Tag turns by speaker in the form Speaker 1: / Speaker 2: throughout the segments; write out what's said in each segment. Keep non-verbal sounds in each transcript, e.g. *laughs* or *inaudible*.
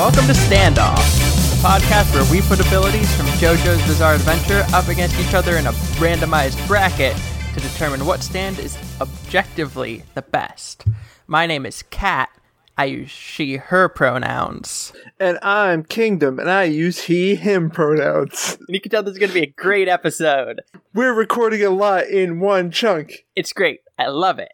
Speaker 1: Welcome to Standoff, the podcast where we put abilities from JoJo's Bizarre Adventure up against each other in a randomized bracket to determine what stand is objectively the best. My name is Kat. I use she, her pronouns.
Speaker 2: And I'm Kingdom, and I use he, him pronouns.
Speaker 1: And you can tell this is going to be a great episode.
Speaker 2: We're recording a lot in one chunk.
Speaker 1: It's great. I love it.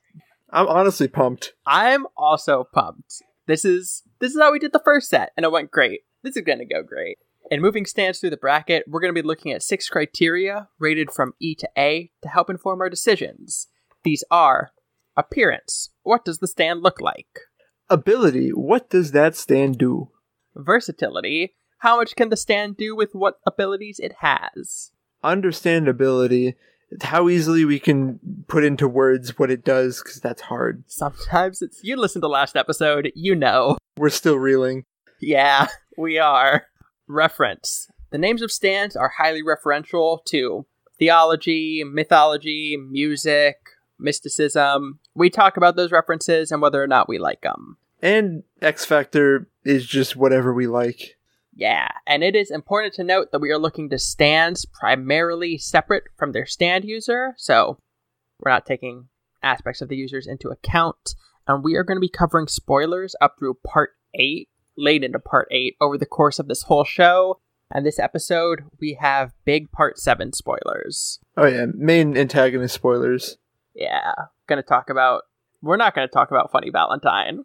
Speaker 2: I'm honestly pumped.
Speaker 1: I'm also pumped. This is this is how we did the first set, and it went great. This is gonna go great. And moving stands through the bracket, we're gonna be looking at six criteria rated from E to A to help inform our decisions. These are appearance. What does the stand look like?
Speaker 2: Ability, what does that stand do?
Speaker 1: Versatility. How much can the stand do with what abilities it has?
Speaker 2: Understandability, how easily we can put into words what it does, because that's hard.
Speaker 1: Sometimes it's you listen to last episode, you know.
Speaker 2: We're still reeling.
Speaker 1: Yeah, we are. Reference. The names of stands are highly referential to theology, mythology, music, mysticism. We talk about those references and whether or not we like them.
Speaker 2: And X Factor is just whatever we like.
Speaker 1: Yeah, and it is important to note that we are looking to stands primarily separate from their stand user, so we're not taking aspects of the users into account. And we are going to be covering spoilers up through part 8, late into part 8, over the course of this whole show. And this episode, we have big part 7 spoilers.
Speaker 2: Oh, yeah, main antagonist spoilers.
Speaker 1: Yeah, going to talk about. We're not going to talk about Funny Valentine,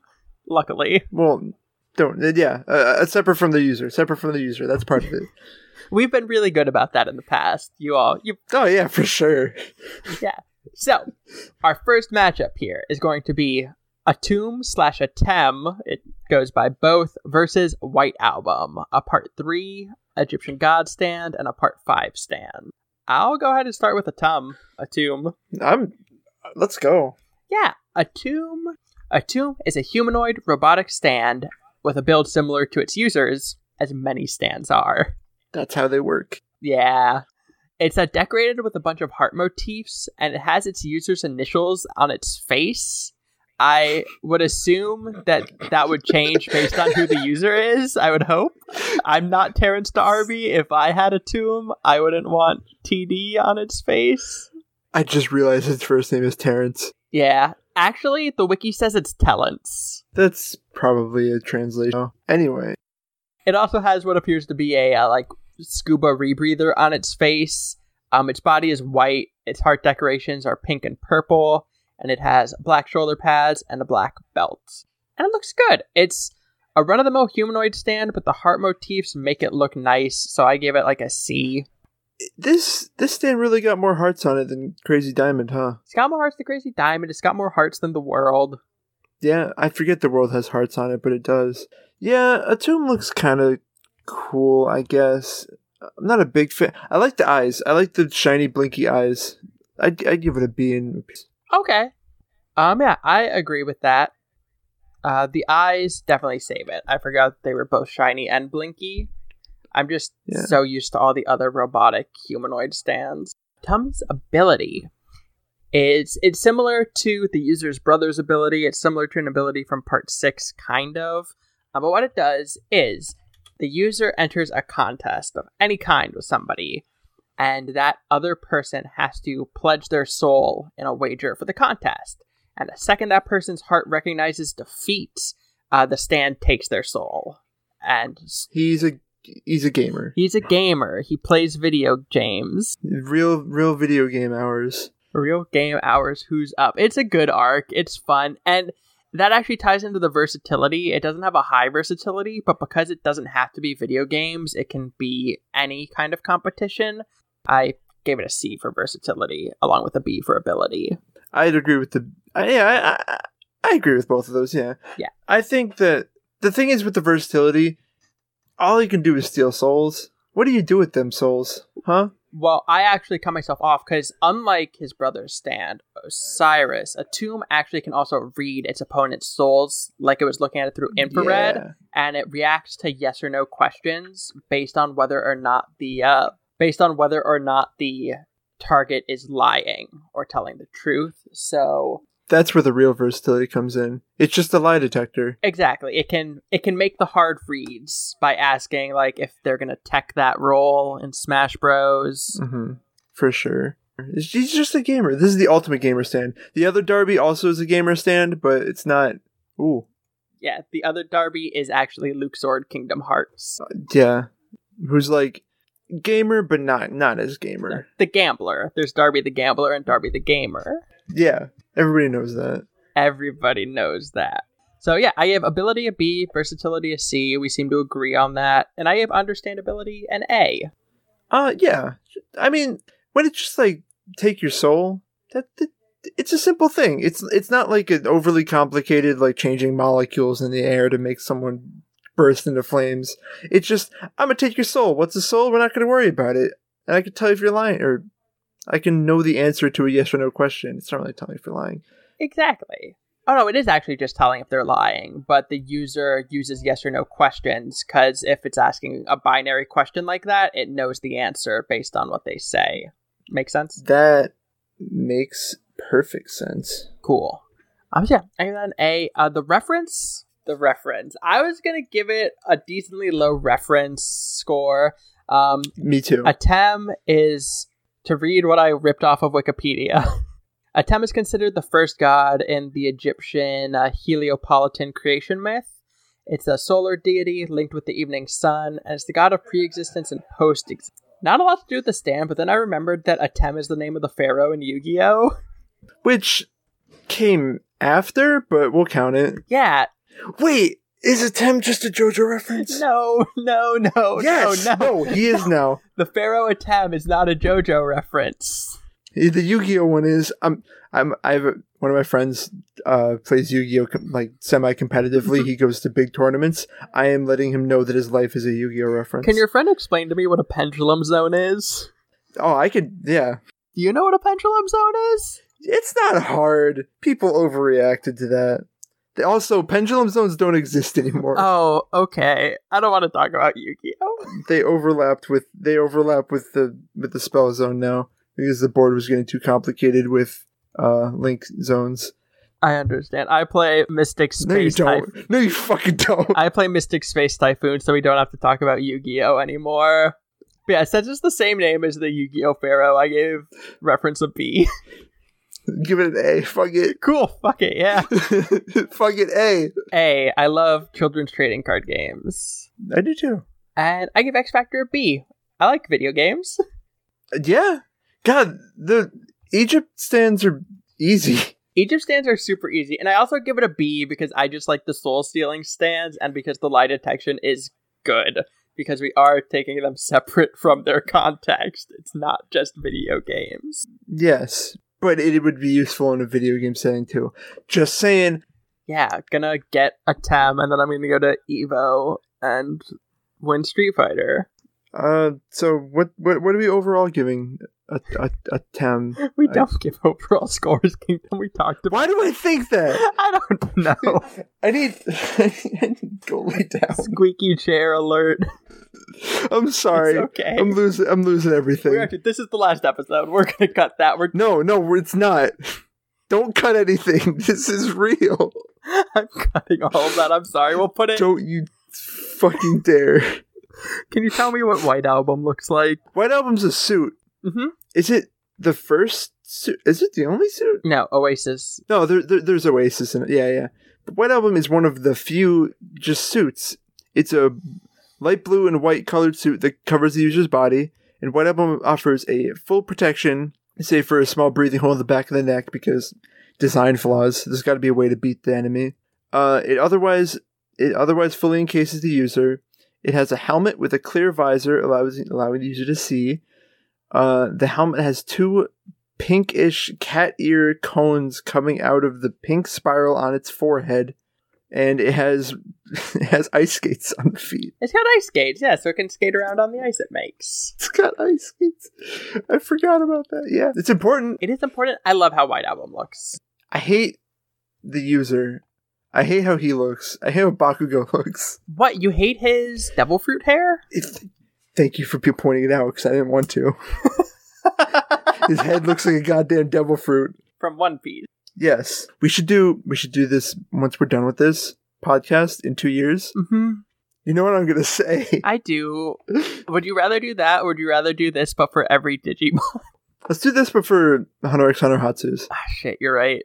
Speaker 1: luckily.
Speaker 2: Well, don't. Yeah, uh, uh, separate from the user. Separate from the user. That's part of it.
Speaker 1: We've been really good about that in the past. You all, you
Speaker 2: Oh, yeah, for sure.
Speaker 1: So, our first matchup here is going to be a tomb slash a tem. It goes by both versus White Album, a part three Egyptian God stand and a part five stand. I'll go ahead and start with a tum, a tomb.
Speaker 2: I'm. Let's go.
Speaker 1: Yeah, a tomb. A tomb is a humanoid robotic stand with a build similar to its users, as many stands are.
Speaker 2: That's how they work.
Speaker 1: Yeah. It's uh, decorated with a bunch of heart motifs and it has its user's initials on its face. I would assume that that would change based on who the user is, I would hope. I'm not Terrence Darby. If I had a tomb, I wouldn't want TD on its face.
Speaker 2: I just realized his first name is Terrence.
Speaker 1: Yeah. Actually, the wiki says it's Talents.
Speaker 2: That's probably a translation. Anyway,
Speaker 1: It also has what appears to be a uh, like scuba rebreather on its face. Um, its body is white. Its heart decorations are pink and purple, and it has black shoulder pads and a black belt. And it looks good. It's a run-of-the-mill humanoid stand, but the heart motifs make it look nice. So I gave it like a C.
Speaker 2: this this stand really got more hearts on it than Crazy Diamond, huh?
Speaker 1: It's got more hearts than Crazy Diamond. It's got more hearts than the world.
Speaker 2: Yeah, I forget the world has hearts on it, but it does. Yeah, a tomb looks kind of cool, I guess. I'm not a big fan. I like the eyes. I like the shiny, blinky eyes. I'd, I'd give it a B. And
Speaker 1: Okay. Um. Yeah, I agree with that. Uh, the eyes definitely save it. I forgot they were both shiny and blinky. I'm just
Speaker 2: Yeah.
Speaker 1: so used to all the other robotic humanoid stands. Tum's ability is it's similar to the user's brother's ability. It's similar to an ability from part six, kind of. Uh, but what it does is the user enters a contest of any kind with somebody, and that other person has to pledge their soul in a wager for the contest. And the second that person's heart recognizes defeat, uh, the stand takes their soul. And s-
Speaker 2: he's a he's a gamer.
Speaker 1: he's a gamer. He plays video games.
Speaker 2: Real real video game hours.
Speaker 1: Real game hours, who's up? It's a good arc. It's fun. And that actually ties into the versatility. It doesn't have a high versatility, but because it doesn't have to be video games, it can be any kind of competition. I gave it a C for versatility, along with a B for ability.
Speaker 2: I'd agree with the. I, yeah, I, I I agree with both of those. Yeah.
Speaker 1: Yeah.
Speaker 2: I think that the thing is with the versatility, all you can do is steal souls. What do you do with them souls? Huh?
Speaker 1: Well, I actually cut myself off because, unlike his brother stand, Osiris, a tomb actually can also read its opponent's souls like it was looking at it through infrared,
Speaker 2: Yeah.
Speaker 1: and it reacts to yes or no questions based on whether or not the uh, based on whether or not the target is lying or telling the truth. So
Speaker 2: That's where the real versatility comes in. It's just a lie detector.
Speaker 1: Exactly. It can it can make the hard reads by asking like if they're gonna tech that role in Smash Bros.
Speaker 2: hmm For sure. It's- He's just a gamer. This is the ultimate gamer stand. The other Darby also is a gamer stand, but it's not. Ooh.
Speaker 1: Yeah, the other Darby is actually Luke Sword Kingdom Hearts.
Speaker 2: Yeah. Who's like gamer, but not not as gamer.
Speaker 1: The gambler. There's Darby the gambler and Darby the gamer.
Speaker 2: Yeah. Everybody knows that.
Speaker 1: Everybody knows that. So yeah, I have ability a B, versatility a C. We seem to agree on that, and I have understandability an A.
Speaker 2: Uh, yeah. I mean, when it's just like take your soul, that, that it's a simple thing. It's it's not like an overly complicated like changing molecules in the air to make someone burst into flames. It's just I'm gonna take your soul. What's a soul? We're not gonna worry about it, and I can tell you if you're lying, or I can know the answer to a yes or no question. It's not really telling if you're lying.
Speaker 1: Exactly. Oh no, it is actually just telling if they're lying, but the user uses yes or no questions because if it's asking a binary question like that, it knows the answer based on what they say. Make sense?
Speaker 2: That makes perfect sense.
Speaker 1: Cool. Um, yeah, I got an A. Uh, the reference, the reference. I was gonna give it a decently low reference score. Um,
Speaker 2: Me too.
Speaker 1: A tem is to read what I ripped off of Wikipedia. *laughs* A tem is considered the first god in the Egyptian uh, Heliopolitan creation myth. It's a solar deity linked with the evening sun, and it's the god of pre-existence and post-existence. Not a lot to do with the stand, but then I remembered that Atem is the name of the pharaoh in Yu-Gi-Oh. *laughs*
Speaker 2: Which came after, but we'll count it.
Speaker 1: Yeah,
Speaker 2: Wait, is Atem just a JoJo reference?
Speaker 1: no, no, no,
Speaker 2: yes,
Speaker 1: Oh, no, no.
Speaker 2: no, he is now.
Speaker 1: The pharaoh Atem is not a JoJo reference.
Speaker 2: The Yu-Gi-Oh one is. I'm. I'm. I have a, one of my friends uh, plays Yu-Gi-Oh com- like
Speaker 1: Mm-hmm.
Speaker 2: semi-competitively. he goes to big tournaments. I am letting him know that his life is a Yu-Gi-Oh reference.
Speaker 1: Can your friend explain to me what a pendulum zone is?
Speaker 2: Oh, I could. Yeah,
Speaker 1: Do you know what a pendulum zone is?
Speaker 2: it's not hard. People overreacted to that. They also, pendulum zones don't exist anymore.
Speaker 1: Oh, okay. I don't want to talk about Yu-Gi-Oh.
Speaker 2: they overlapped with they overlap with the with the spell zone now because the board was getting too complicated with uh link zones.
Speaker 1: I understand. I play Mystic
Speaker 2: No, you
Speaker 1: Space
Speaker 2: don't.
Speaker 1: Typhoon.
Speaker 2: No, you fucking don't. *laughs*
Speaker 1: I play Mystic Space Typhoon, so we don't have to talk about Yu-Gi-Oh anymore. But yeah, since it's the same name as the Yu-Gi-Oh Pharaoh, I gave reference a B. *laughs*
Speaker 2: Give it an A. Fuck it. *laughs*
Speaker 1: cool. Fuck it. Yeah.
Speaker 2: fuck it. A.
Speaker 1: A. I love children's trading card games,
Speaker 2: I do too.
Speaker 1: and I give X Factor a B. I like video games.
Speaker 2: Yeah. God, the Egypt stands are easy. *laughs*
Speaker 1: Egypt stands are super easy, and I also give it a B because I just like the soul stealing stands and because the lie detection is good. Because we are taking them *laughs* separate from their context. It's not just video games.
Speaker 2: Yes, but it would be useful in a video game setting too. Just saying.
Speaker 1: Yeah, gonna get a Tem, and then I'm gonna go to Evo and win Street Fighter. *laughs*
Speaker 2: Uh, so what? What? What are we overall giving? A, a, a tem.
Speaker 1: We
Speaker 2: I-
Speaker 1: don't give *laughs* overall scores, Kingdom. We talked about.
Speaker 2: Why do I think that?
Speaker 1: I don't
Speaker 2: *laughs*
Speaker 1: know.
Speaker 2: I need, I need to go lay down.
Speaker 1: Squeaky chair alert.
Speaker 2: *laughs*
Speaker 1: *laughs*
Speaker 2: I'm sorry.
Speaker 1: It's okay.
Speaker 2: I'm losing. I'm losing everything.
Speaker 1: We're actually, this is the last episode. We're gonna cut that. We're
Speaker 2: no, no, it's not. *laughs* Don't cut anything. *laughs* This is real.
Speaker 1: *laughs* I'm cutting all of that. I'm sorry. We'll put it.
Speaker 2: Don't you fucking dare.
Speaker 1: Can you tell me what White Album looks like?
Speaker 2: White album's a suit.
Speaker 1: Mm-hmm.
Speaker 2: Is it the first suit? Is it the only suit?
Speaker 1: No, Oasis.
Speaker 2: No, there, there, there's Oasis in it. Yeah, yeah. But White album is one of the few just suits. It's a light blue and white colored suit that covers the user's body, and White album offers a full protection, save for a small breathing hole in the back of the neck because design flaws. There's got to be a way to beat the enemy. Uh, it otherwise it otherwise fully encases the user. It has a helmet with a clear visor, allows allowing the user to see. Uh, the helmet has two pinkish cat ear cones coming out of the pink spiral on its forehead, and it has *laughs* it has ice skates on the feet. *laughs*
Speaker 1: It's got ice skates, yeah, so it can skate around on the ice it makes.
Speaker 2: It's got ice skates. I forgot about that. Yeah, it's important.
Speaker 1: It is important. I love how White Album looks.
Speaker 2: I hate the user. I hate how he looks. I hate how Bakugo *laughs* looks.
Speaker 1: What, you hate his devil fruit *laughs* hair?
Speaker 2: It- thank you for pe- pointing it out because I didn't want *laughs* to. His head looks like a goddamn devil fruit.
Speaker 1: From One Piece.
Speaker 2: Yes, we should do. We should do this once we're done with this podcast in two years.
Speaker 1: Mm-hmm.
Speaker 2: You know what I'm gonna *laughs* say?
Speaker 1: I do. Would you rather do that, or would you rather do this, but for every Digimon? *laughs*
Speaker 2: Let's do this, but for Hunter x Hunter Hatsus.
Speaker 1: ah, shit, you're right.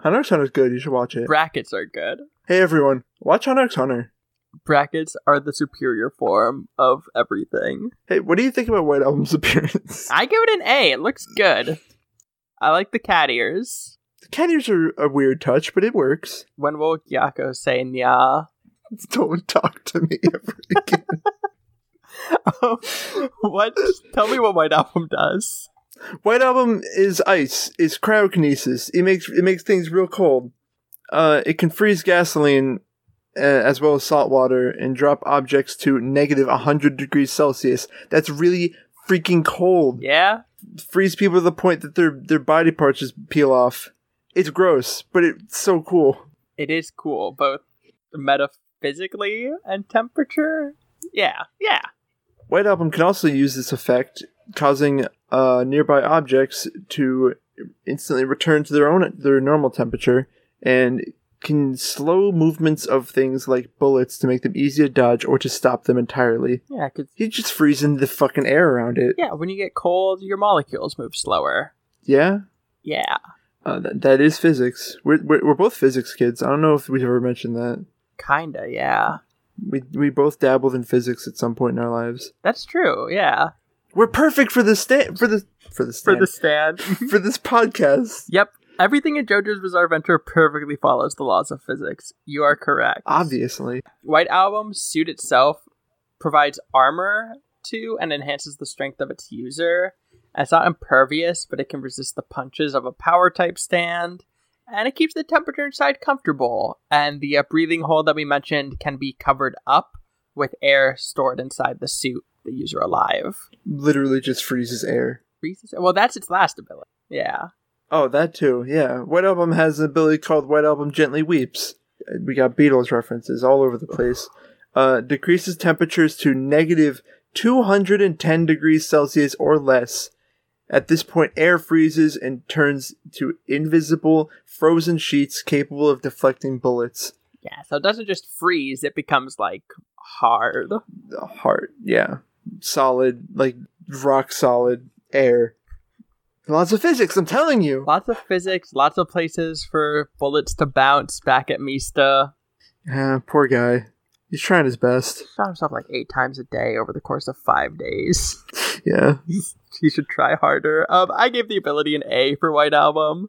Speaker 2: Hunter x Hunter's good. You should watch it.
Speaker 1: Brackets are good.
Speaker 2: Hey everyone, watch Hunter x Hunter.
Speaker 1: Brackets are the superior form of everything.
Speaker 2: Hey, what do you think about White Album's *laughs* appearance?
Speaker 1: I give it an A. It looks good. I like the cat ears.
Speaker 2: The cat ears are a weird touch, but it works. *laughs*
Speaker 1: When will Yako say nya? *laughs*
Speaker 2: Don't talk to me ever again.
Speaker 1: what? Tell me what White Album does.
Speaker 2: White Album is ice. It's cryokinesis. It makes it makes things real cold. Uh, it can freeze gasoline uh, as well as salt water and drop objects to negative 100 degrees Celsius. That's really freaking cold.
Speaker 1: Yeah?
Speaker 2: Freeze people to the point that their their body parts just peel off. It's gross, but it's so cool.
Speaker 1: It is cool, both metaphysically and temperature. Yeah, yeah.
Speaker 2: White Album can also use this effect, causing uh, nearby objects to instantly return to their own their normal temperature, and can slow movements of things like bullets to make them easy to dodge or to stop them entirely.
Speaker 1: Yeah, 'cause-
Speaker 2: He's just freezing the fucking air around it.
Speaker 1: yeah, when you get cold, your molecules move slower.
Speaker 2: Yeah,
Speaker 1: Yeah.
Speaker 2: uh, that, that is physics. We're, we're we're both physics kids. I don't know if we've ever mentioned that.
Speaker 1: Kinda, yeah.
Speaker 2: We we both dabbled in physics at some point in our lives.
Speaker 1: That's true, yeah.
Speaker 2: We're perfect for the sta- for the for the stand,
Speaker 1: stand. *laughs*
Speaker 2: *laughs* for this podcast.
Speaker 1: yep. Everything in JoJo's Bizarre Adventure perfectly follows the laws of physics. You are correct.
Speaker 2: Obviously.
Speaker 1: White Album suit itself provides armor to and enhances the strength of its user. And It's not impervious, but it can resist the punches of a power type stand. And it keeps the temperature inside comfortable. And the uh, breathing hole that we mentioned can be covered up with air stored inside the suit, the user alive.
Speaker 2: Literally just freezes air.
Speaker 1: Freezes- Well, that's its last ability. Yeah.
Speaker 2: Oh, that too. Yeah. White Album has an ability called White Album Gently Weeps. We got Beatles references all over the place. Uh, decreases temperatures to negative 210 degrees Celsius or less. At this point, air freezes and turns to invisible, frozen sheets capable of deflecting bullets.
Speaker 1: Yeah. So it doesn't just freeze, it becomes like hard.
Speaker 2: The heart, yeah. Solid, like rock solid air. Lots of physics, I'm telling you.
Speaker 1: Lots of physics, lots of places for bullets to bounce back at Mista.
Speaker 2: Yeah, Ah, poor guy. He's trying his best.
Speaker 1: Shot himself like eight times a day over the course of five days. *laughs*
Speaker 2: Yeah.
Speaker 1: he should try harder. Um, I gave the ability an A for White Album.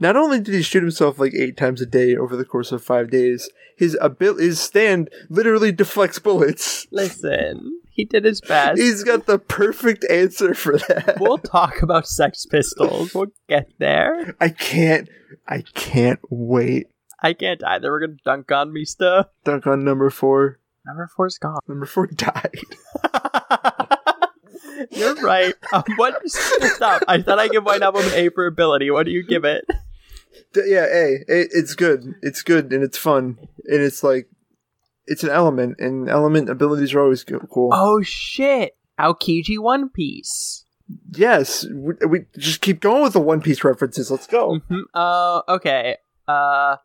Speaker 2: Not only did he shoot himself like eight times a day over the course of five days, his abil- his stand literally deflects bullets.
Speaker 1: Listen, he did his best.
Speaker 2: *laughs* He's got the perfect answer for that.
Speaker 1: we'll talk about Sex Pistols. We'll get there.
Speaker 2: I can't. I can't wait.
Speaker 1: I can't either. We're gonna dunk on Mista.
Speaker 2: Dunk on number four.
Speaker 1: Number four's gone.
Speaker 2: Number four *laughs* died.
Speaker 1: You're right. Um, what? Stop. I thought I give White Album an A for ability. What do you give it?
Speaker 2: D- yeah, hey, it, it's good. It's good and it's fun and it's like, it's an element and element abilities are always go- cool.
Speaker 1: Oh shit! Aokiji One Piece.
Speaker 2: Yes, we, we just keep going with the One Piece references. Let's go.
Speaker 1: Mhm. Uh, okay. Uh,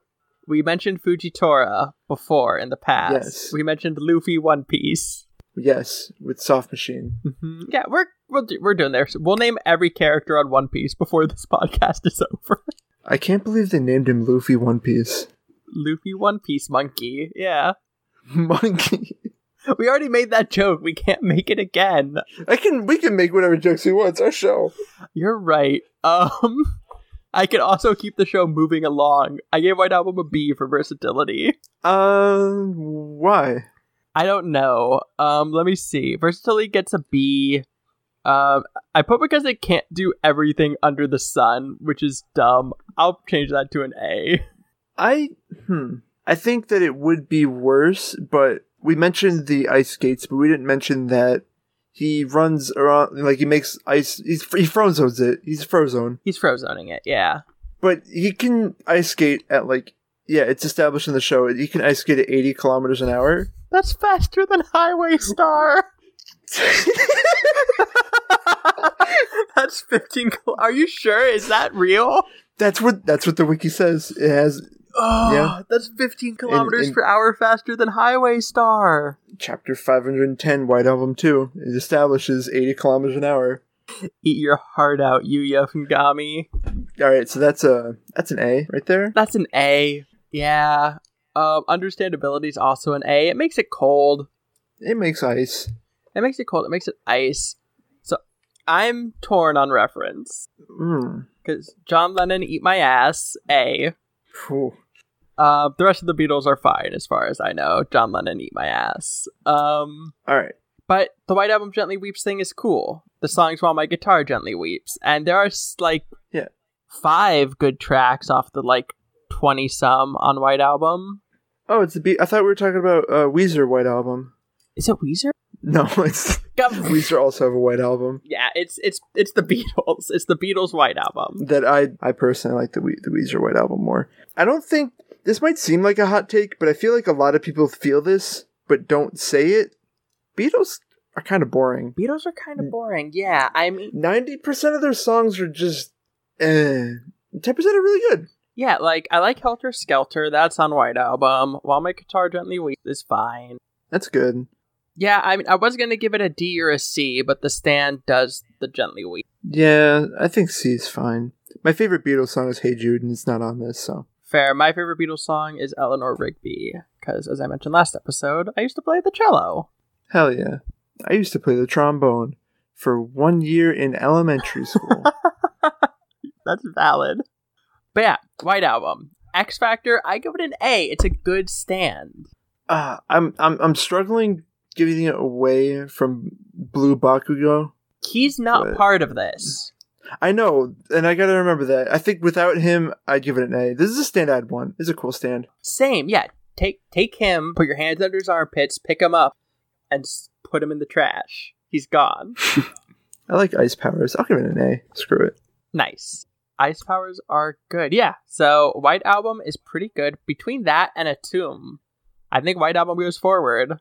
Speaker 1: we mentioned Fujitora before in the past.
Speaker 2: Yes.
Speaker 1: We mentioned Luffy One Piece.
Speaker 2: Yes, with Soft Machine.
Speaker 1: Mhm. Yeah, we're we'll do, we're doing there. We'll name every character on One Piece before this *laughs* podcast is over.
Speaker 2: I can't believe they named him Luffy One Piece. *laughs*
Speaker 1: Luffy One Piece Monkey. Yeah,
Speaker 2: Monkey.
Speaker 1: we already made that joke. We can't make it again.
Speaker 2: I can. We can make whatever jokes we want. It's our show.
Speaker 1: You're right. Um. *laughs* I can also keep the show moving along. I gave White Album a B for versatility.
Speaker 2: Um, why?
Speaker 1: I don't know. Um, let me see. Versatility gets a B. Um, I put because it can't do everything under the sun, which is dumb. I'll change that to an A.
Speaker 2: I hmm. I think that it would be worse, but we mentioned the ice skates, but we didn't mention that he runs around like he makes ice. He's he frozones it. He's frozone.
Speaker 1: He's frozoning it. Yeah.
Speaker 2: but he can ice skate at like yeah, it's established in the show. He can ice skate at eighty kilometers an hour.
Speaker 1: That's faster than Highway Star. *laughs* That's 15 kil- Are you sure? Is that real?
Speaker 2: That's what that's what the wiki says. It has
Speaker 1: Oh,
Speaker 2: Yeah.
Speaker 1: that's 15 kilometers
Speaker 2: and-
Speaker 1: per hour faster than Highway Star.
Speaker 2: chapter 510 White Album 2. It establishes 80 kilometers an hour.
Speaker 1: Eat your heart out, Yuya Fungami.
Speaker 2: All right, so that's a that's an A right there.
Speaker 1: That's an A. Yeah. Um, understandability is also an A. It makes it cold.
Speaker 2: It makes ice.
Speaker 1: It makes it cold. It makes it ice. So I'm torn on reference
Speaker 2: Mm.
Speaker 1: because John Lennon, "Eat My Ass," A.
Speaker 2: Phew.
Speaker 1: Uh, the rest of the Beatles are fine, as far as I know. John Lennon, "Eat My Ass." Um,
Speaker 2: All right.
Speaker 1: but the White Album "Gently Weeps" thing is cool. The songs "While My Guitar Gently Weeps," and there are s- like
Speaker 2: Yeah.
Speaker 1: five good tracks off the like twenty some on White Album.
Speaker 2: Oh, it's the B. I thought we were talking about uh, Weezer White Album.
Speaker 1: Is it Weezer?
Speaker 2: *laughs* No, it's *laughs* Weezer also have a White Album
Speaker 1: Yeah, it's it's it's the *laughs* Beatles. It's the Beatles White Album.
Speaker 2: that I I personally like the we- the Weezer White Album more. I don't think this might seem like a hot take, but I feel like a lot of people feel this but don't say it. Beatles are kind of boring.
Speaker 1: Beatles are kind of boring. Yeah, I mean,
Speaker 2: Ninety percent of their songs are just eh. Ten percent are really good.
Speaker 1: yeah, like I like Helter Skelter. That's on White Album. While my guitar gently weeps is fine.
Speaker 2: That's good.
Speaker 1: Yeah, I mean, I was gonna give it a D or a C, but the stand does the gently weep.
Speaker 2: Yeah, I think C is fine. My favorite Beatles song is Hey Jude, and it's not on this, so
Speaker 1: Fair. My favorite Beatles song is Eleanor Rigby because, as I mentioned last episode, I used to play the cello.
Speaker 2: hell yeah. I used to play the trombone for one year in elementary school.
Speaker 1: That's valid. But yeah, White Album. X Factor, I give it an A. It's a good stand.
Speaker 2: uh, I'm I'm I'm struggling giving it away from Blue Bakugo.
Speaker 1: He's not
Speaker 2: Right.
Speaker 1: part of this.
Speaker 2: I know, and I gotta remember that. I think without him, I'd give it an A. This is a standout one. It's a cool stand.
Speaker 1: Same, yeah. Take take him, put your hands under his armpits, pick him up, and s- put him in the trash. He's gone.
Speaker 2: I like Ice Powers. I'll give it an A. Screw it.
Speaker 1: Nice. Ice powers are good. Yeah. So White Album is pretty good. Between that and a tomb, I think White Album goes forward.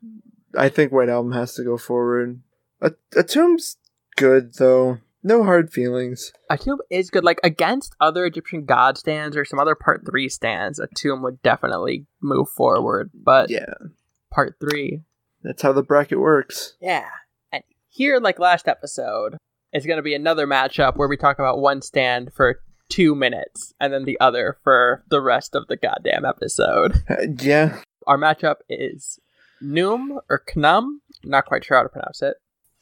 Speaker 2: I think White Album has to go forward. A a tomb's good though. No hard feelings.
Speaker 1: A tomb is good. Like against other Egyptian god stands or some other part three stands, a tomb would definitely move forward. But
Speaker 2: Yeah,
Speaker 1: part three,
Speaker 2: that's how the bracket works.
Speaker 1: Yeah. And here, like last episode, is going to be another matchup where we talk about one stand for two minutes and then the other for the rest of the goddamn episode.
Speaker 2: Uh, yeah,
Speaker 1: Our matchup is Noom or Knum. Not quite sure how to pronounce it.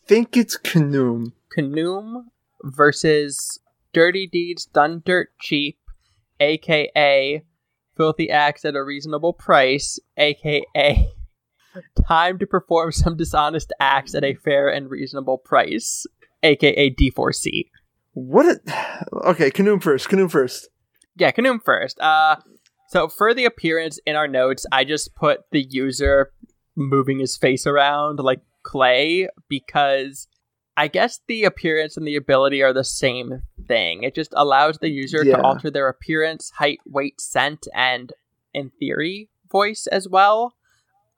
Speaker 2: think it's Canoom.
Speaker 1: Knoom versus Dirty Deeds Done Dirt Cheap, aka Filthy Acts at a Reasonable Price, aka Time to Perform Some Dishonest Acts at a Fair and Reasonable Price, aka D4C.
Speaker 2: What? A- okay, Canoom first. Canoom first.
Speaker 1: Yeah, Knoom first. Uh, so for the appearance in our notes, I just put the user moving his face around like clay because I guess the appearance and the ability are the same thing. It just allows the user
Speaker 2: Yeah.
Speaker 1: to alter their appearance, height, weight, scent, and in theory, voice as well.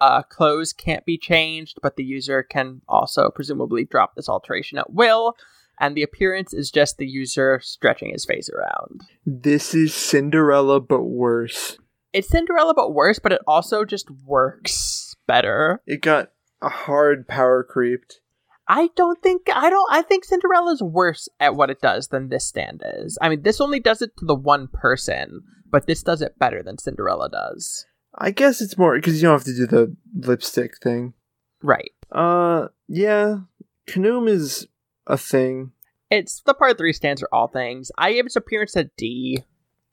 Speaker 1: Uh, clothes can't be changed, but the user can also presumably drop this alteration at will. And the appearance is just the user stretching his face around
Speaker 2: This is Cinderella, but worse.
Speaker 1: it's Cinderella but worse, but it also just works better.
Speaker 2: It got a hard power creeped.
Speaker 1: I don't think I don't I think Cinderella's worse at what it does than this stand is. I mean, this only does it to the one person, but this does it better than Cinderella does.
Speaker 2: I guess it's more because you don't have to do the lipstick thing.
Speaker 1: Right.
Speaker 2: Uh, yeah, Canoom is a thing.
Speaker 1: It's the part three stands are all things. I gave its appearance a D.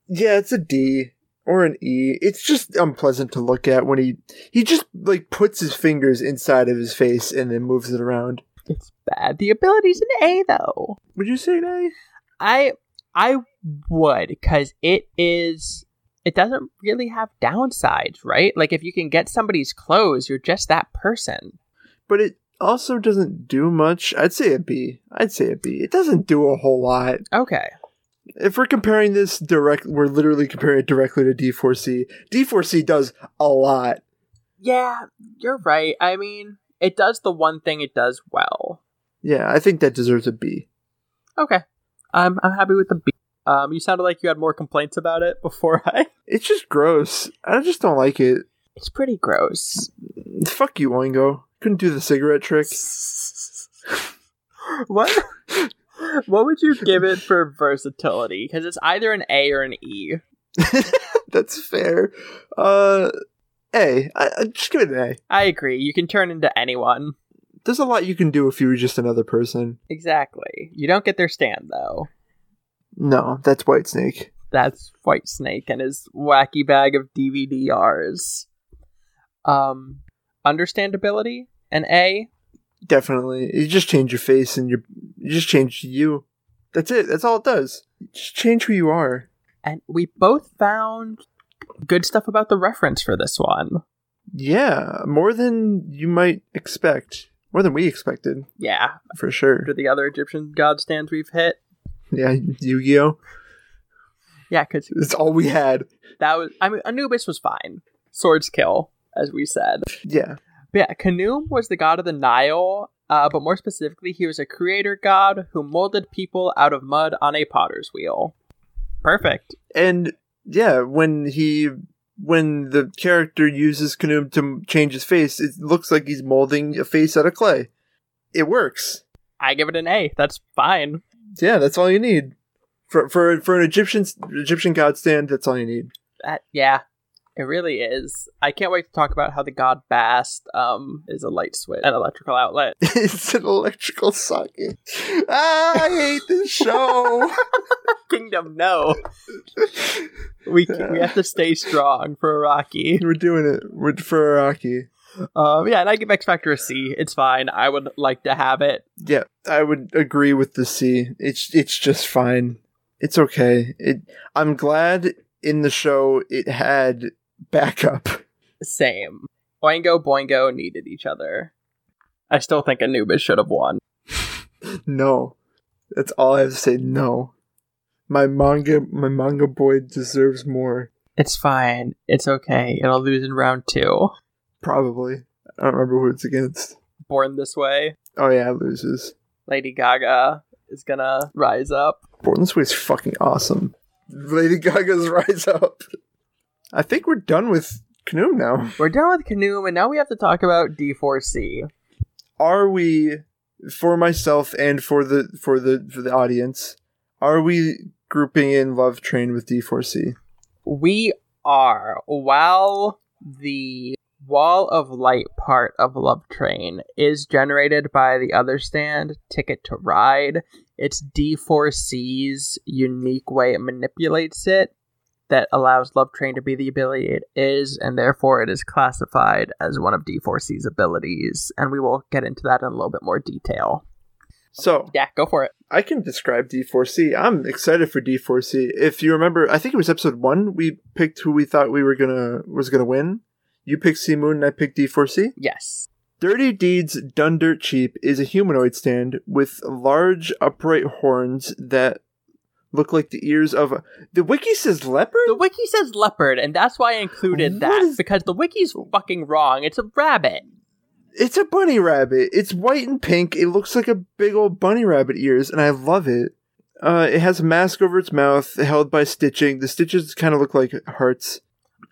Speaker 2: Yeah, it's a D or an E. It's just unpleasant to look at when he he just like puts his fingers inside of his face and then moves it around.
Speaker 1: It's bad. The ability's an A though.
Speaker 2: Would you say an A?
Speaker 1: I I would because it is it doesn't really have downsides, right? Like if you can get somebody's clothes, you're just that person.
Speaker 2: But it also doesn't do much. I'd say a B. I'd say a B. It doesn't do a whole lot.
Speaker 1: Okay.
Speaker 2: if we're comparing this direct, we're literally comparing it directly to D4C. D4C does a lot.
Speaker 1: Yeah, you're right. I mean, it does the one thing it does well.
Speaker 2: Yeah, I think that deserves a B.
Speaker 1: Okay. I'm I'm happy with the B. Um, you sounded like you had more complaints about it before *laughs* I.
Speaker 2: It's just gross. I just don't like it.
Speaker 1: It's pretty gross.
Speaker 2: Fuck you, Oingo. Couldn't do the cigarette trick.
Speaker 1: *laughs*
Speaker 2: *laughs*
Speaker 1: what? what would you give it for versatility? Because it's either an A or an E.
Speaker 2: That's fair. Uh, A. I, I just give it an A.
Speaker 1: I agree. You can turn into anyone.
Speaker 2: There's a lot you can do if you were just another person.
Speaker 1: Exactly. You don't get their stand though.
Speaker 2: No, that's Whitesnake.
Speaker 1: That's White Snake and his wacky bag of DVDRs. Um, understandability an A.
Speaker 2: Definitely. You just change your face and your, you just change you. That's it. That's all it does. Just change who you are.
Speaker 1: and we both found good stuff about the reference for this one.
Speaker 2: Yeah, more than you might expect. More than we expected,
Speaker 1: Yeah,
Speaker 2: for sure.
Speaker 1: to the other Egyptian god stands we've hit.
Speaker 2: Yeah, Yu Gi Oh!
Speaker 1: Yeah, because
Speaker 2: It's all we had.
Speaker 1: that was I mean Anubis was fine. Swords kill, as we said.
Speaker 2: Yeah.
Speaker 1: But yeah, Khnum was the god of the Nile, uh, but more specifically, he was a creator god who molded people out of mud on a potter's wheel. Perfect.
Speaker 2: And yeah, when he. When the character uses Kanoom to m- change his face, it looks like he's molding a face out of clay. It works.
Speaker 1: I give it an A. That's fine.
Speaker 2: Yeah, that's all you need. For for for an Egyptian Egyptian god stand, that's all you need.
Speaker 1: That yeah, it really is. I can't wait to talk about how the god Bast um is a light switch, an electrical outlet. *laughs*
Speaker 2: *laughs* it's an electrical socket. Ah, I hate this show.
Speaker 1: Kingdom, no. We can, we have to stay strong for Rocky.
Speaker 2: *laughs* We're doing it. We're for Rocky.
Speaker 1: Um, yeah, and I give X Factor a C. It's fine. I would like to have it.
Speaker 2: Yeah, I would agree with the C. It's it's just fine. It's okay. It. I'm glad in the show it had backup. *laughs*
Speaker 1: Same. Oingo Boingo needed each other. I still think Anubis should have won.
Speaker 2: No, that's all I have to say. No, my manga my manga boy deserves more.
Speaker 1: It's fine. It's okay. It'll lose in round two.
Speaker 2: Probably. I don't remember who it's against.
Speaker 1: Born this way,
Speaker 2: Oh yeah, it loses.
Speaker 1: Lady Gaga is gonna rise up.
Speaker 2: Born This Way is fucking awesome. Lady Gaga's *laughs* Rise Up. I think we're done with Canoe now.
Speaker 1: We're done with Canoom, and now we have to talk about D4C.
Speaker 2: Are we, for myself and for the for the for the audience, are we grouping in Love Train with D4C?
Speaker 1: We are, while the wall of light part of Love Train is generated by the other stand, Ticket to Ride, it's D4C's unique way it manipulates it that allows Love Train to be the ability it is, and therefore it is classified as one of D4C's abilities. And we will get into that in a little bit more detail.
Speaker 2: So
Speaker 1: Yeah, go for it.
Speaker 2: I can describe D4C. I'm excited for D4C. If you remember, I think it was episode one. We picked who we thought we were gonna was gonna win. You picked Sea Moon, and I picked D4C.
Speaker 1: Yes.
Speaker 2: Dirty Deeds Done Dirt Cheap is a humanoid stand with large upright horns that look like the ears of a. The wiki says leopard?
Speaker 1: The wiki says leopard, and that's why I included
Speaker 2: What
Speaker 1: that
Speaker 2: is-
Speaker 1: because the wiki's fucking wrong. It's a rabbit.
Speaker 2: It's a bunny rabbit. It's white and pink. It looks like a big old bunny rabbit ears, and I love it. Uh, it has a mask over its mouth held by stitching. The stitches kind of look like hearts.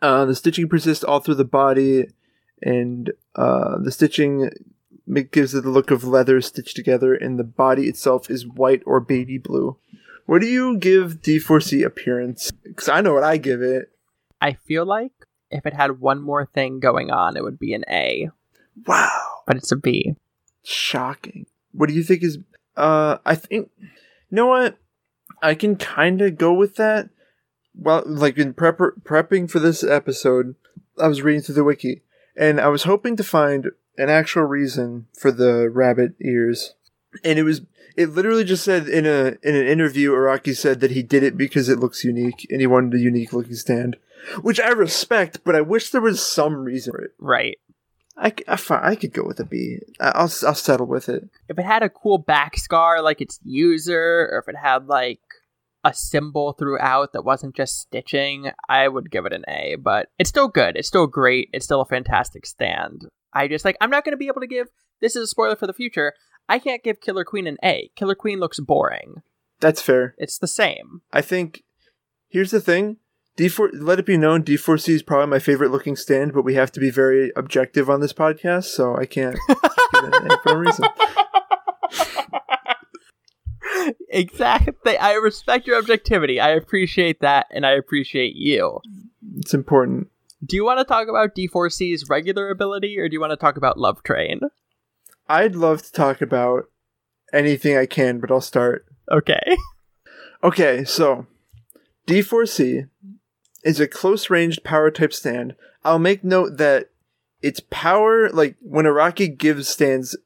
Speaker 2: Uh, the stitching persists all through the body, and uh, the stitching ma- gives it the look of leather stitched together, and the body itself is white or baby blue. What do you give D4C appearance? Because I know what I give it.
Speaker 1: I feel like if it had one more thing going on, it would be an A,
Speaker 2: Wow.
Speaker 1: but it's a B.
Speaker 2: shocking. What do you think is uh I think you know what? I can kind of go with that. Well, like in prep- prepping for this episode, I was reading through the wiki and I was hoping to find an actual reason for the rabbit ears. And it was it literally just said in a in an interview Araki said that he did it because it looks unique and he wanted a unique looking stand, which I respect, but I wish there was some reason for it.
Speaker 1: Right.
Speaker 2: I, c- I, fi- I could go with a B. I- I'll, s- I'll settle with it.
Speaker 1: If it had a cool back scar like its user, or if it had like a symbol throughout that wasn't just stitching, I would give it an A, but it's still good. It's still great. It's still a fantastic stand. I just like, I'm not going to be able to give, this is a spoiler for the future. I can't give Killer Queen an A. Killer Queen looks boring.
Speaker 2: That's fair.
Speaker 1: It's the same.
Speaker 2: I think here's the thing. D4 let it be known D4C is probably my favorite looking stand, but we have to be very objective on this podcast, so I can't do that for no reason.
Speaker 1: *laughs* Exactly. I respect your objectivity. I appreciate that, and I appreciate you.
Speaker 2: It's important.
Speaker 1: Do you want to talk about D4C's regular ability, or do you want to talk about Love Train?
Speaker 2: I'd love to talk about anything I can, but I'll start.
Speaker 1: Okay. *laughs*
Speaker 2: Okay, so D4C is a close ranged power type stand. I'll make note that its power, like when Iraqi gives stands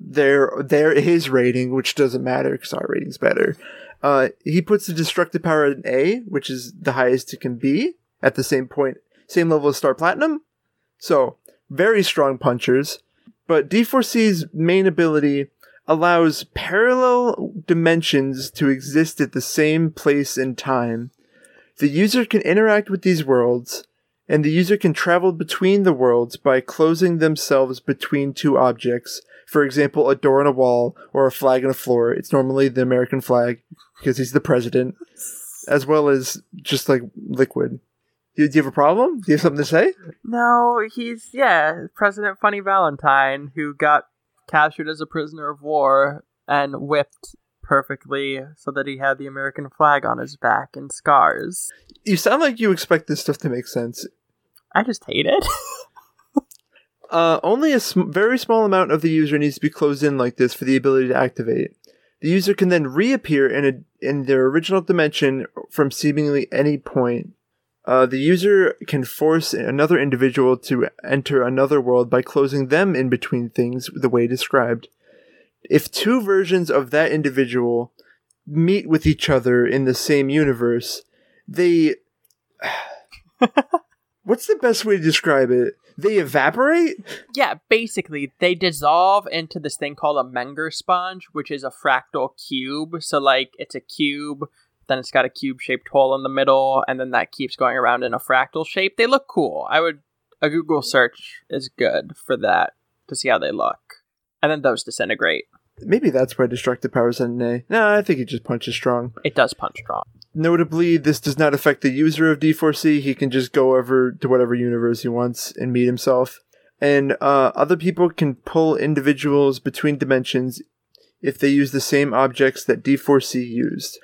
Speaker 2: their their his rating, which doesn't matter because our rating's better. Uh, he puts the destructive power at an A, which is the highest it can be at the same point, same level as Star Platinum. So very strong punchers. But D4C's main ability allows parallel dimensions to exist at the same place and time. The user can interact with these worlds, and the user can travel between the worlds by closing themselves between two objects. For example, a door on a wall or a flag on a floor. It's normally the American flag because he's the president, as well as just like liquid. Do do you have a problem? Do you have something to say?
Speaker 1: No, he's yeah, President Funny Valentine, who got captured as a prisoner of war and whipped perfectly so that he had the American flag on his back and scars.
Speaker 2: You sound like you expect this stuff to make sense.
Speaker 1: I just hate it.
Speaker 2: Uh, only a sm- very small amount of the user needs to be closed in like this for the ability to activate. The user can then reappear in a in their original dimension from seemingly any point. Uh, the user can force another individual to enter another world by closing them in between things the way described. If two versions of that individual meet with each other in the same universe, they. *sighs* What's the best way to describe it? They evaporate?
Speaker 1: yeah, basically, they dissolve into this thing called a Menger sponge, which is a fractal cube. So, like, it's a cube, then it's got a cube shaped hole in the middle, and then that keeps going around in a fractal shape. They look cool. I would, a Google search is good for that to see how they look. And then those disintegrate.
Speaker 2: Maybe that's why destructive powers end in A. Nah, I think it just punches strong.
Speaker 1: It does punch strong.
Speaker 2: Notably, this does not affect the user of D4C. He can just go over to whatever universe he wants and meet himself. And uh, other people can pull individuals between dimensions if they use the same objects that D4C used.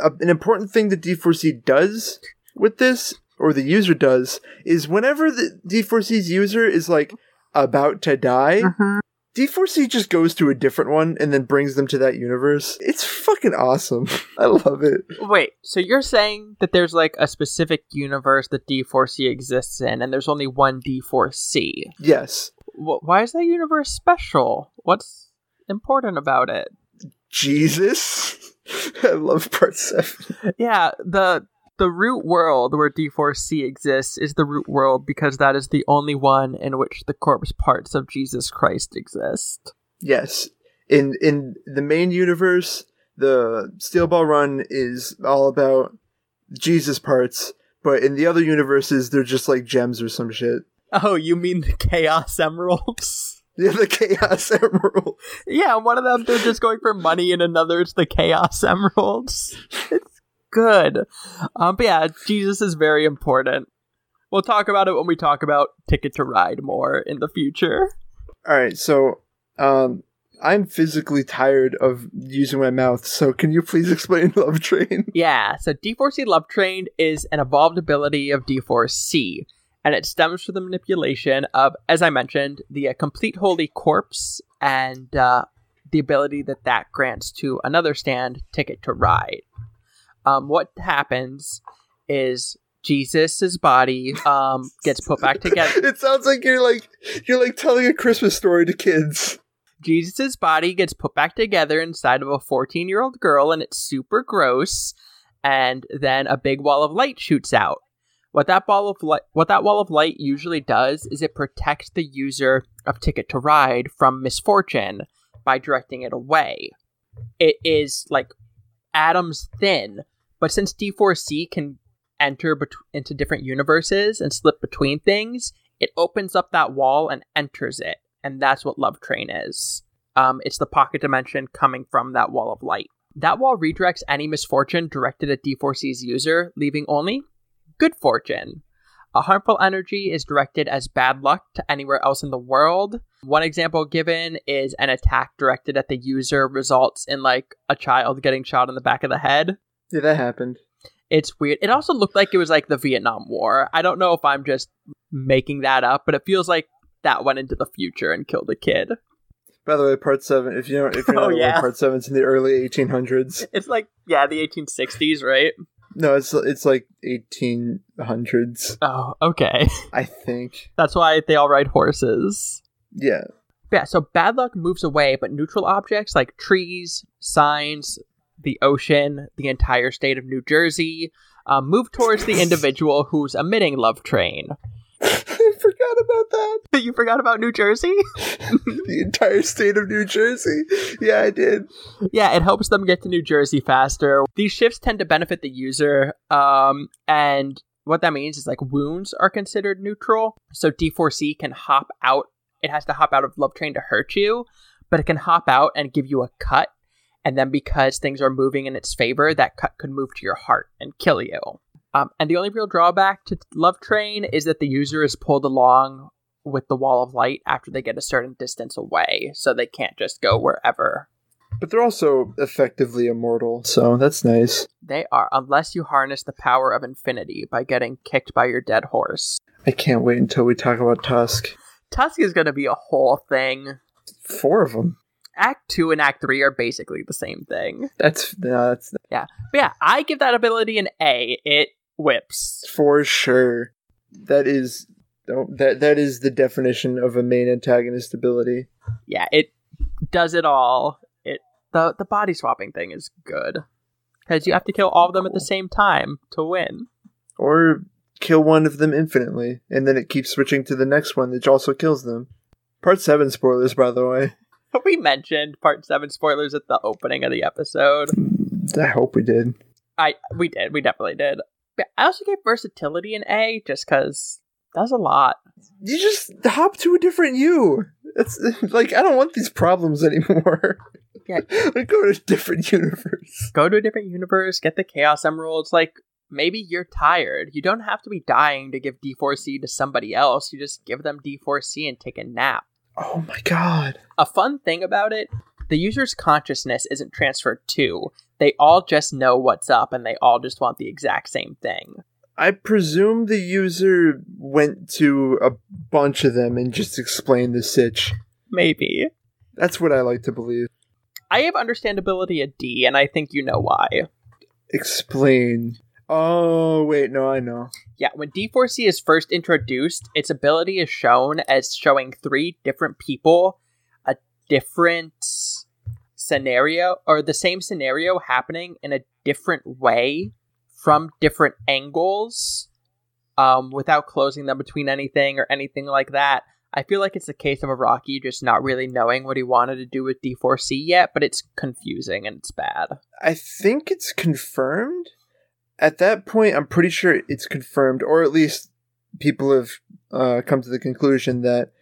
Speaker 2: Uh, an important thing that D4C does with this, or the user does, is whenever the D4C's user is like about to die,
Speaker 1: Mm-hmm.
Speaker 2: D4C just goes to a different one and then brings them to that universe. It's fucking awesome. *laughs* I love it.
Speaker 1: Wait, so you're saying that there's like a specific universe that D4C exists in, and there's only one D4C?
Speaker 2: Yes.
Speaker 1: Wh- Why is that universe special? What's important about it?
Speaker 2: Jesus. *laughs* I love part seven.
Speaker 1: Yeah, the the root world where D4C exists is the root world because that is the only one in which the corpse parts of Jesus Christ exist.
Speaker 2: Yes. In in the main universe, the Steel Ball Run is all about Jesus parts, but in the other universes they're just like gems or some shit. *laughs*
Speaker 1: Oh, you mean the Chaos Emeralds?
Speaker 2: Yeah, the Chaos Emerald.
Speaker 1: *laughs* yeah, one of them they're just going for money, and another it's the Chaos Emeralds. It's good. Um, but yeah, Jesus is very important. We'll talk about it when we talk about Ticket to Ride more in the future.
Speaker 2: Alright, so um I'm physically tired of using my mouth, so can you please explain *laughs* Love Train?
Speaker 1: Yeah, so D4C Love Train is an evolved ability of D4C, and it stems from the manipulation of, as I mentioned, the uh, complete holy corpse and uh, the ability that that grants to another stand, Ticket to Ride. Um, what happens is Jesus' body um, gets put back together.
Speaker 2: *laughs* it sounds like you're like you're like telling a Christmas story to kids.
Speaker 1: Jesus' body gets put back together inside of a 14 year old girl, and it's super gross. And then a big wall of light shoots out. What that ball of light, what that wall of light usually does, is it protects the user of Ticket to Ride from misfortune by directing it away. It is like atoms thin, but since D4C can enter bet- into different universes and slip between things, it opens up that wall and enters it and that's what Love Train is. Um, it's the pocket dimension coming from that wall of light. That wall redirects any misfortune directed at D4C's user, leaving only good fortune. A harmful energy is directed as bad luck to anywhere else in the world. One example given is an attack directed at the user results in like a child getting shot in the back of the head.
Speaker 2: Yeah, that happened.
Speaker 1: It's weird. It also looked like it was like the Vietnam War. I don't know if I'm just making that up, but it feels like that went into the future and killed a kid.
Speaker 2: By the way, part seven. If you know, if you know,
Speaker 1: Oh,
Speaker 2: oh,
Speaker 1: yeah.
Speaker 2: part seven's in the early 1800s.
Speaker 1: *laughs* It's like yeah, the 1860s, right?
Speaker 2: No, it's it's like 1800s,
Speaker 1: Oh, okay. *laughs*
Speaker 2: I think.
Speaker 1: That's why they all ride horses.
Speaker 2: Yeah, *laughs*
Speaker 1: Yeah, so bad luck moves away, but neutral objects like trees, signs, the ocean, the entire state of New Jersey uh, move towards *laughs* the individual who's emitting Love Train.
Speaker 2: I forgot about that. *laughs*
Speaker 1: You forgot about New Jersey?
Speaker 2: The entire state of New Jersey. Yeah, I did.
Speaker 1: yeah, it helps them get to New Jersey faster. These shifts tend to benefit the user, um, and what that means is like wounds are considered neutral. So D4C can hop out. It has to hop out of Love Train to hurt you, but it can hop out and give you a cut. And then because things are moving in its favor, that cut could move to your heart and kill you. Um, and the only real drawback to Love Train is that the user is pulled along with the wall of light after they get a certain distance away, so they can't just go wherever
Speaker 2: But they're also effectively immortal, so that's nice.
Speaker 1: They are, unless you harness the power of infinity by getting kicked by your dead horse.
Speaker 2: I can't wait until we talk about Tusk.
Speaker 1: Tusk is going to be a whole thing.
Speaker 2: Four of them.
Speaker 1: Act 2 and Act 3 are basically the same thing.
Speaker 2: That's no, that's
Speaker 1: But yeah, I give that ability an A. It whips.
Speaker 2: for sure. That is that that is the definition of a main antagonist ability.
Speaker 1: Yeah, it does it all. It the the body swapping thing is good. Cuz you have to kill all of them at the same time to win. *laughs*
Speaker 2: Or kill one of them infinitely, and then it keeps switching to the next one that also kills them. Part seven spoilers, by the way.
Speaker 1: We mentioned part 7 spoilers at the opening of the episode.
Speaker 2: I hope we did.
Speaker 1: I we did we definitely did. But I also gave versatility an A just because that's a lot.
Speaker 2: You just hop to a different you. It's *laughs* like I don't want these problems anymore.
Speaker 1: Yeah.
Speaker 2: *laughs* like go to a different universe.
Speaker 1: Go to a different universe, get the Chaos Emeralds. Like maybe you're tired. You don't have to be dying to give D4C to somebody else. You just give them D4C and take a nap.
Speaker 2: Oh my god.
Speaker 1: A fun thing about it, the user's consciousness isn't transferred to. They all just know what's up and they all just want the exact same thing.
Speaker 2: I presume the user went to a bunch of them and just explained the sitch.
Speaker 1: Maybe.
Speaker 2: That's what I like to believe.
Speaker 1: I have understandability a D, and I think you know why.
Speaker 2: Explain. Oh wait, no, I know.
Speaker 1: Yeah, when D4C is first introduced, its ability is shown as showing three different people a different scenario or the same scenario happening in a different way from different angles um, without closing them between anything or anything like that. I feel like it's the case of Iraqi just not really knowing what he wanted to do with D4C yet, but it's confusing and it's bad.
Speaker 2: I think it's confirmed. At that point, I'm pretty sure it's confirmed, or at least people have uh, come to the conclusion that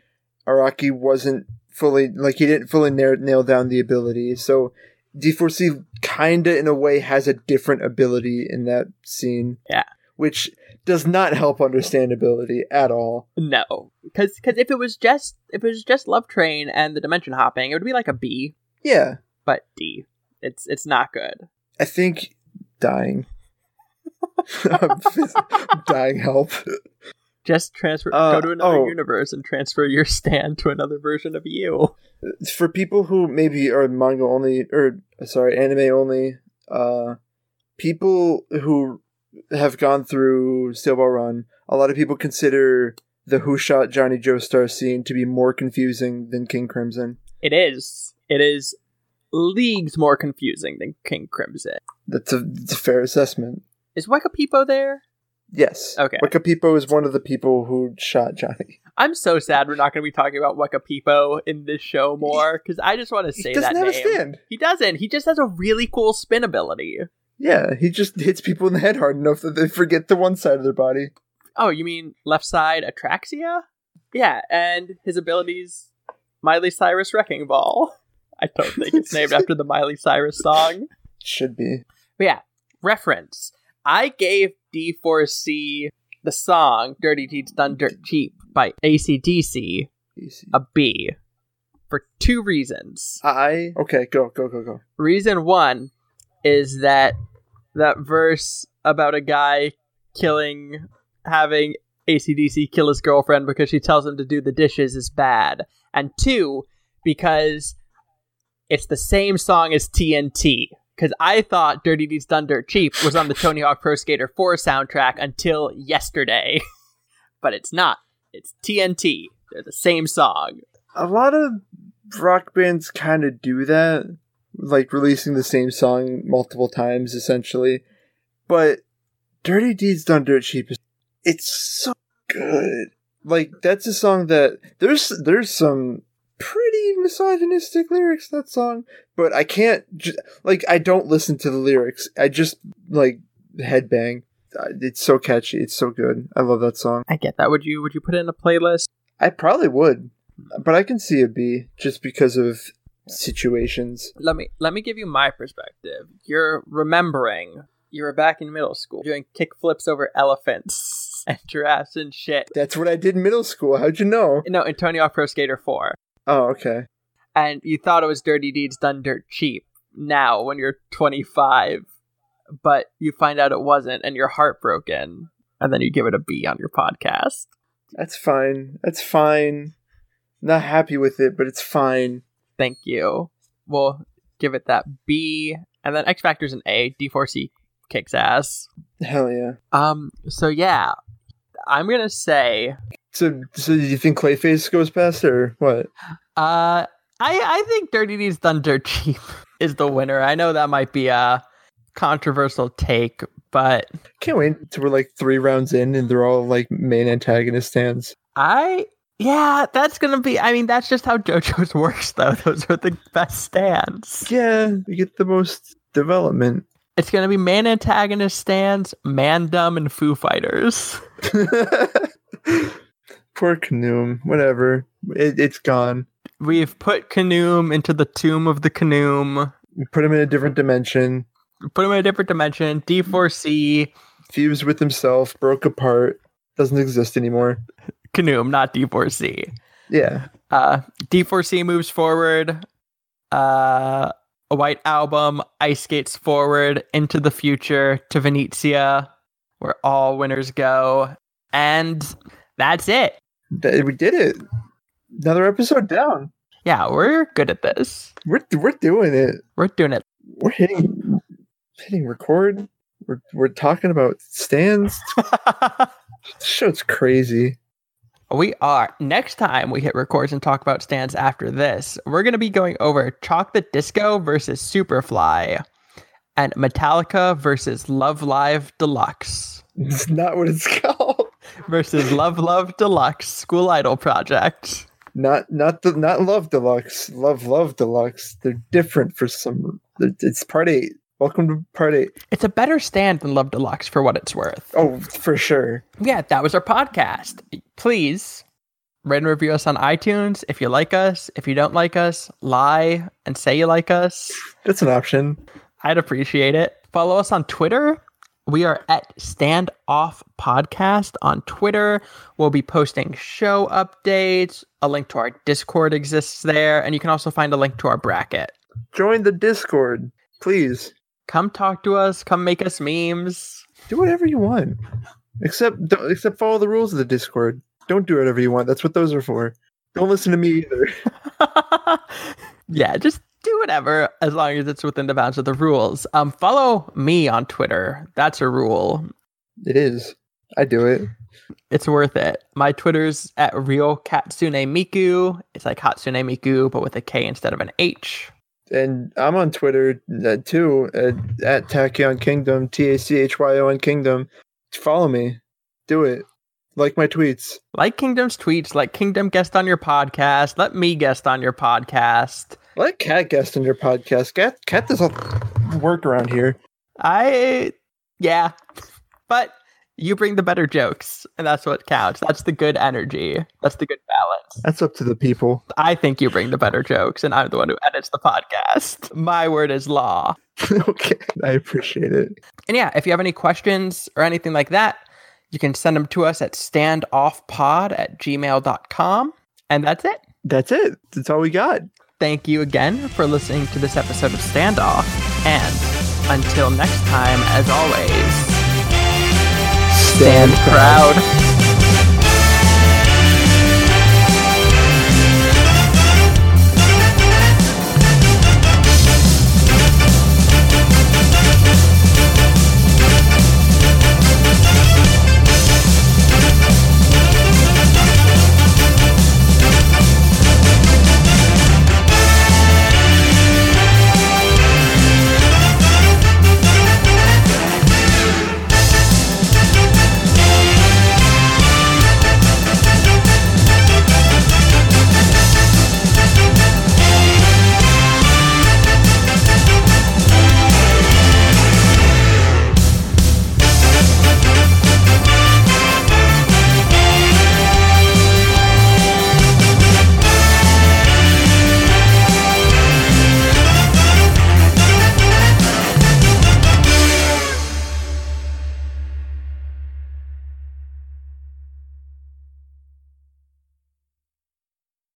Speaker 2: Araki wasn't fully like he didn't fully nail, nail down the ability. So D4C kinda in a way has a different ability in that scene.
Speaker 1: Yeah.
Speaker 2: which does not help understandability at all.
Speaker 1: No, because if it was just if it was just Love Train and the dimension hopping, it would be like a B,
Speaker 2: Yeah,
Speaker 1: but D. It's it's not good.
Speaker 2: I think dying. *laughs* dying help.
Speaker 1: Just transfer go
Speaker 2: Uh,
Speaker 1: to another
Speaker 2: oh.
Speaker 1: universe and transfer your *laughs* stand to another version of you.
Speaker 2: for people who maybe are manga only or sorry anime only uh people who have gone through steel ball run a lot of people consider the who shot johnny joestar scene to be more confusing than king crimson
Speaker 1: It is it is leagues more confusing than King Crimson.
Speaker 2: that's a, that's a fair assessment
Speaker 1: Is Wekapipo there?
Speaker 2: yes
Speaker 1: Okay.
Speaker 2: wakapipo is one of the people who shot johnny
Speaker 1: I'm so sad we're not going to be talking about Wekapipo in this show more because I just want to say
Speaker 2: he
Speaker 1: that
Speaker 2: doesn't have
Speaker 1: name.
Speaker 2: a stand
Speaker 1: He doesn't. He just has a really cool spin ability.
Speaker 2: yeah he just hits people in the head hard enough that they forget the one side of their body
Speaker 1: Oh, you mean left side Atraxia? Yeah, and his abilities Miley Cyrus Wrecking Ball. I don't think it's named after the Miley Cyrus song.
Speaker 2: Should be.
Speaker 1: But yeah, reference. I gave D4C the song Dirty Deeds Done Dirt Cheap by ACDC
Speaker 2: Easy.
Speaker 1: a B for two reasons.
Speaker 2: I okay. Go go go go.
Speaker 1: Reason one is that that verse about a guy killing, having ACDC kill his girlfriend because she tells him to do the dishes is bad. And two, because it's the same song as TNT. Because I thought Dirty Deeds Done Dirt Cheap was on the Tony Hawk Pro Skater 4 soundtrack until yesterday. *laughs* but it's not. It's TNT. They're the same song.
Speaker 2: A lot of rock bands kind of do that, like releasing the same song multiple times, essentially. But "Dirty Deeds Done Dirt Cheap" is it's so good. Like that's a song that there's there's some pretty misogynistic lyrics in that song, but I can't ju- like I don't listen to the lyrics. I just like headbang. Uh, It's so catchy. It's so good. I love that song.
Speaker 1: I get that. Would you would you put it in a playlist?
Speaker 2: I probably would, but I can see a B just because of situations.
Speaker 1: let me let me give you my perspective. You're remembering you were back in middle school doing kickflips over elephants and giraffes and shit.
Speaker 2: That's what I did in middle school. How'd you know?
Speaker 1: No, in Tony Hawk Pro Skater 4.
Speaker 2: Oh, okay.
Speaker 1: And you thought it was dirty deeds done dirt cheap now when you're 25, but you find out it wasn't and you're heartbroken and then you give it a B on your podcast.
Speaker 2: That's fine. That's fine. Not happy with it, but it's fine.
Speaker 1: Thank you. We'll give it that B and then X Factor's an A, D4C kicks ass.
Speaker 2: Hell yeah.
Speaker 1: Um so yeah, I'm going to say
Speaker 2: So, so do you think Clayface goes past or what?
Speaker 1: Uh, I I think Dirty *laughs* D's Done Dirt Cheap is the winner. I know that might be a controversial take, but
Speaker 2: Can't wait till we're like three rounds in and they're all like main antagonist stands.
Speaker 1: I yeah, that's gonna be. I mean, that's just how JoJo's *laughs* works, though. Those are the best stands.
Speaker 2: Yeah, you get the most development. *laughs*
Speaker 1: It's gonna be man antagonist stands, Mandem, and Foo Fighters.
Speaker 2: Poor Canoom. Whatever. It, it's gone.
Speaker 1: We've put Canoom into the tomb of the Canoom.
Speaker 2: We put him in a different dimension.
Speaker 1: Put him in a different dimension. D4C
Speaker 2: Fused with himself. Broke apart. Doesn't exist anymore.
Speaker 1: Canoom, not D4C.
Speaker 2: Yeah.
Speaker 1: Uh, D4C moves forward. Uh, a white album. Ice skates forward into the future to Venezia, where all winners go, and that's it.
Speaker 2: That, we did it. Another episode down.
Speaker 1: Yeah, we're good at this.
Speaker 2: We're we're doing it.
Speaker 1: We're doing it.
Speaker 2: We're hitting hitting record. We're we're talking about stands. This show's crazy. *laughs*
Speaker 1: we are. Next time we hit records and talk about stands after this, we're going to be going over Chocolate Disco versus Superfly and Metallica versus Love Live Deluxe.
Speaker 2: It's not what it's *laughs* called.
Speaker 1: versus Love Love Deluxe School Idol Project.
Speaker 2: Not not the not love deluxe. Love love deluxe. They're different for some. It's part eight. Welcome to part eight.
Speaker 1: It's a better stand than Love Deluxe for what it's worth.
Speaker 2: Oh, for sure.
Speaker 1: Yeah, that was our podcast. Please rate and review us on iTunes if you like us. If you don't like us, lie and say you like us.
Speaker 2: That's an option.
Speaker 1: I'd appreciate it. Follow us on Twitter. We are at Stand Off Podcast on Twitter. We'll be posting show updates. A link to our Discord exists there. And you can also find a link to our bracket.
Speaker 2: Join the Discord, please.
Speaker 1: come talk to us come make us memes *laughs*
Speaker 2: Do whatever you want, except don't, except follow the rules of the Discord. Don't do whatever you want. That's what those are for. Don't listen to me either.
Speaker 1: yeah just do whatever as long as it's within the bounds of the rules um follow me on twitter that's a rule
Speaker 2: It is. I do it.
Speaker 1: it's worth it my twitter's at real katsune miku it's like hatsune miku but with a k instead of an h
Speaker 2: And I'm on Twitter uh, too at, at Tachyon Kingdom, T A C H Y O N Kingdom. Follow me. Do it. Like my tweets.
Speaker 1: like kingdom's tweets like kingdom guest on your podcast let me guest on your podcast
Speaker 2: Let Cat guest on your podcast. Cat Cat does all work around here.
Speaker 1: i yeah *laughs* but You bring the better jokes, and that's what counts. That's the good energy. That's the good balance.
Speaker 2: That's up to the people. *laughs*
Speaker 1: I think you bring the better jokes, and I'm the one who edits the podcast. My word is law.
Speaker 2: okay, I appreciate it.
Speaker 1: And yeah, if you have any questions or anything like that, you can send them to us at standoffpod at gmail.com. And that's it.
Speaker 2: That's it. That's all we got.
Speaker 1: Thank you again for listening to this episode of Standoff. And until next time, as always, stand proud.